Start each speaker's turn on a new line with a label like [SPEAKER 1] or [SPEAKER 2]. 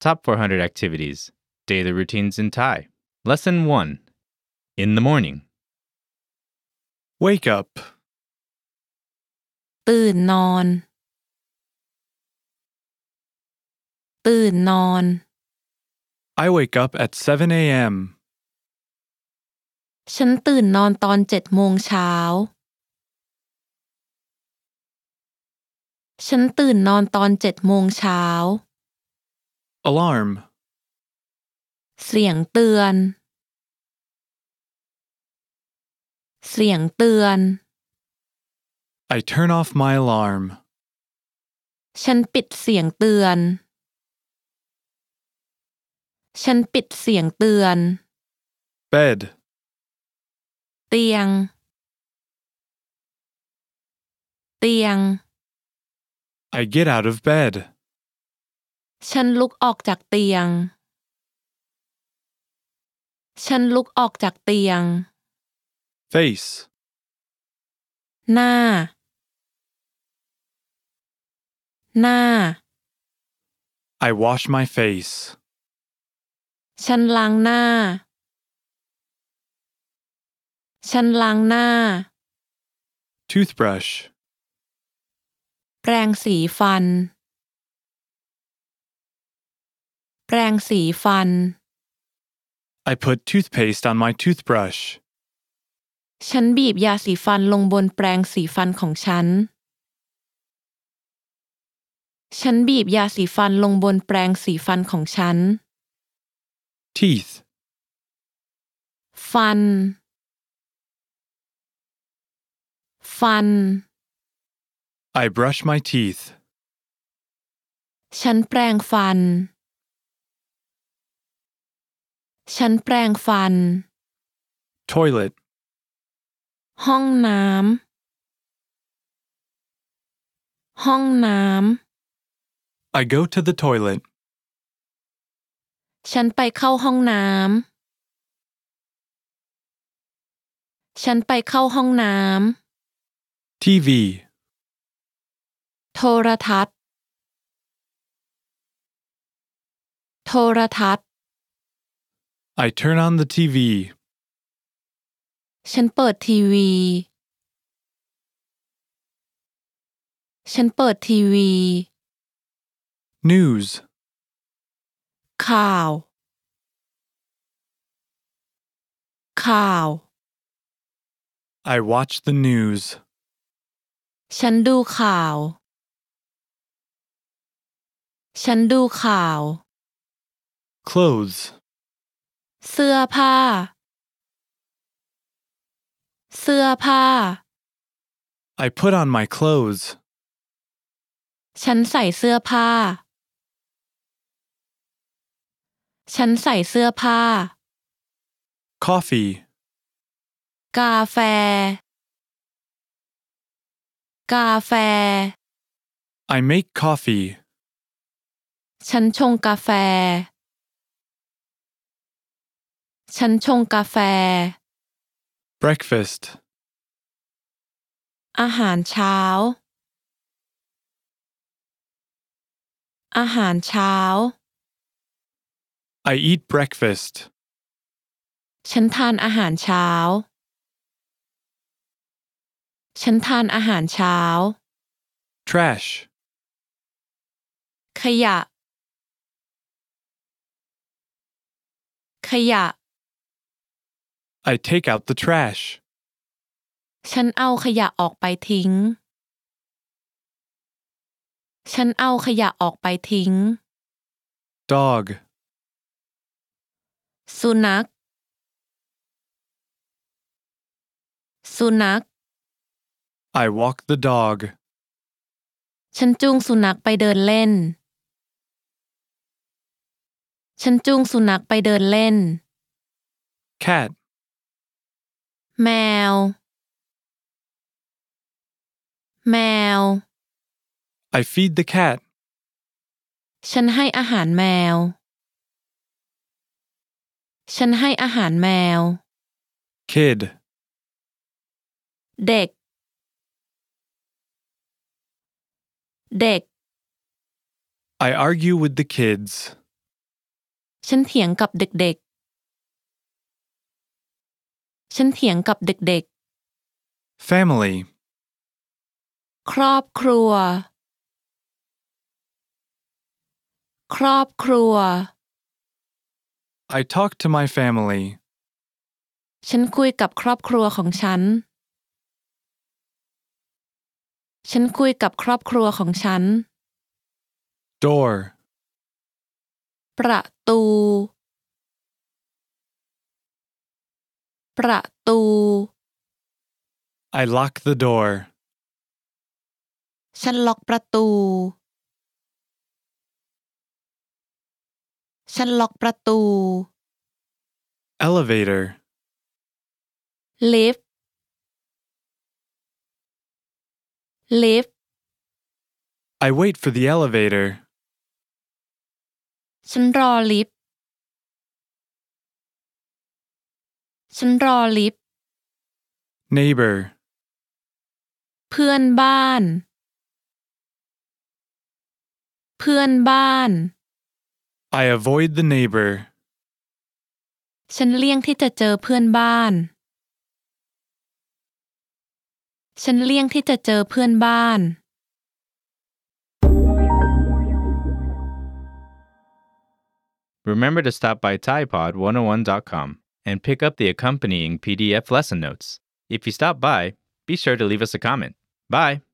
[SPEAKER 1] Top 400 activities. Daily routines in Thai. Lesson 1. In the morning.
[SPEAKER 2] Wake up.
[SPEAKER 3] ตื่นนอน ตื่นนอน
[SPEAKER 2] I wake up at 7 a.m.
[SPEAKER 3] ฉันตื่นนอนตอนเจ็ดโมงเช้า ฉันตื่นนอนตอนเจ็ดโมงเช้า
[SPEAKER 2] Alarm.
[SPEAKER 3] เสียงเตือน เสียงเตือน
[SPEAKER 2] I turn off my alarm.
[SPEAKER 3] ฉันปิดเสียงเตือน ฉันปิดเสียงเตือน
[SPEAKER 2] Bed.
[SPEAKER 3] เตียง เตียง
[SPEAKER 2] I get out of bed.
[SPEAKER 3] ฉันลุกออกจากเตียง ฉันลุกออกจากเตียง
[SPEAKER 2] Face.
[SPEAKER 3] หน้า หน้า
[SPEAKER 2] I wash my face.
[SPEAKER 3] ฉันล้างหน้า ฉันล้างหน้า
[SPEAKER 2] Toothbrush.
[SPEAKER 3] แปรงสีฟัน แปรงสีฟัน
[SPEAKER 2] I put toothpaste on my toothbrush.
[SPEAKER 3] ฉันบีบยาสีฟันลงบนแปรงสีฟันของฉัน ฉันบีบยาสีฟันลงบนแปรงสีฟันของฉัน
[SPEAKER 2] Teeth.
[SPEAKER 3] ฟัน ฟัน
[SPEAKER 2] I brush my teeth.
[SPEAKER 3] ฉันแปรงฟัน ฉันแปรงฟัน
[SPEAKER 2] Toilet.
[SPEAKER 3] ห้องน้ำ ห้องน้ำ
[SPEAKER 2] I go to the toilet.
[SPEAKER 3] ฉันไปเข้าห้องน้ำ ฉันไปเข้าห้องน้
[SPEAKER 2] TV.
[SPEAKER 3] ำ โทรทัศน์ โทรทัศน์
[SPEAKER 2] I turn on the TV.
[SPEAKER 3] ฉันเปิดทีวี ฉันเปิดทีวี
[SPEAKER 2] News.
[SPEAKER 3] ข่าว ข่าว
[SPEAKER 2] I watch the news.
[SPEAKER 3] ฉันดูข่าว ฉันดูข่าว
[SPEAKER 2] Clothes.
[SPEAKER 3] เสื้อผ้า เสื้อผ้า
[SPEAKER 2] I put on my clothes.
[SPEAKER 3] ฉันใส่เสื้อผ้า ฉันใส่เสื้อผ้า
[SPEAKER 2] Coffee.
[SPEAKER 3] กาแฟ กาแฟ
[SPEAKER 2] I make coffee.
[SPEAKER 3] ฉันชงกาแฟ ฉันชงกาแฟ
[SPEAKER 2] Breakfast.
[SPEAKER 3] อาหารเช้า อาหารเช้า
[SPEAKER 2] I eat breakfast.
[SPEAKER 3] ฉันทานอาหารเช้า ฉันทานอาหารเช้า
[SPEAKER 2] Trash.
[SPEAKER 3] ขยะ ขยะ
[SPEAKER 2] I take out the trash.
[SPEAKER 3] ฉันเอาขยะออกไปทิ้ง ฉันเอาขยะออกไปทิ้ง
[SPEAKER 2] Dog.
[SPEAKER 3] สุนัข สุนัข
[SPEAKER 2] I walk the dog.
[SPEAKER 3] ฉันจูงสุนัขไปเดินเล่น ฉันจูงสุนัขไปเดินเล่น
[SPEAKER 2] Cat.
[SPEAKER 3] แมว แมว
[SPEAKER 2] I feed the cat.
[SPEAKER 3] ฉันให้อาหารแมว ฉันให้อาหารแมว
[SPEAKER 2] Kid.
[SPEAKER 3] เด็ก เด็ก
[SPEAKER 2] I argue with the kids.
[SPEAKER 3] ฉันเถียงกับเด็กๆ ฉันเถียงกับเด็ก
[SPEAKER 2] Family.
[SPEAKER 3] ๆ ครอบครัว ครอบครัว
[SPEAKER 2] I talk to my family.
[SPEAKER 3] ฉันคุยกับครอบครัวของฉัน ฉันคุยกับครอบครัวของฉัน
[SPEAKER 2] Door.
[SPEAKER 3] ประตู ประตู
[SPEAKER 2] I lock the door.
[SPEAKER 3] ฉันล็อกประตู ฉันล็อกประตู
[SPEAKER 2] Elevator.
[SPEAKER 3] ลิฟต์ ลิฟต์
[SPEAKER 2] I wait for the elevator.
[SPEAKER 3] ฉันรอลิฟต์ ฉันรอลิฟต์
[SPEAKER 2] Neighbor.
[SPEAKER 3] เพื่อนบ้าน เพื่อนบ้าน
[SPEAKER 2] I avoid the neighbor.
[SPEAKER 3] ฉันเลี่ยงที่จะเจอเพื่อนบ้าน ฉันเลี่ยงที่จะเจอเพื่อนบ้าน
[SPEAKER 1] Remember to stop by ThaiPod101.com and pick up the accompanying PDF lesson notes. If you stop by, be sure to leave us a comment. Bye!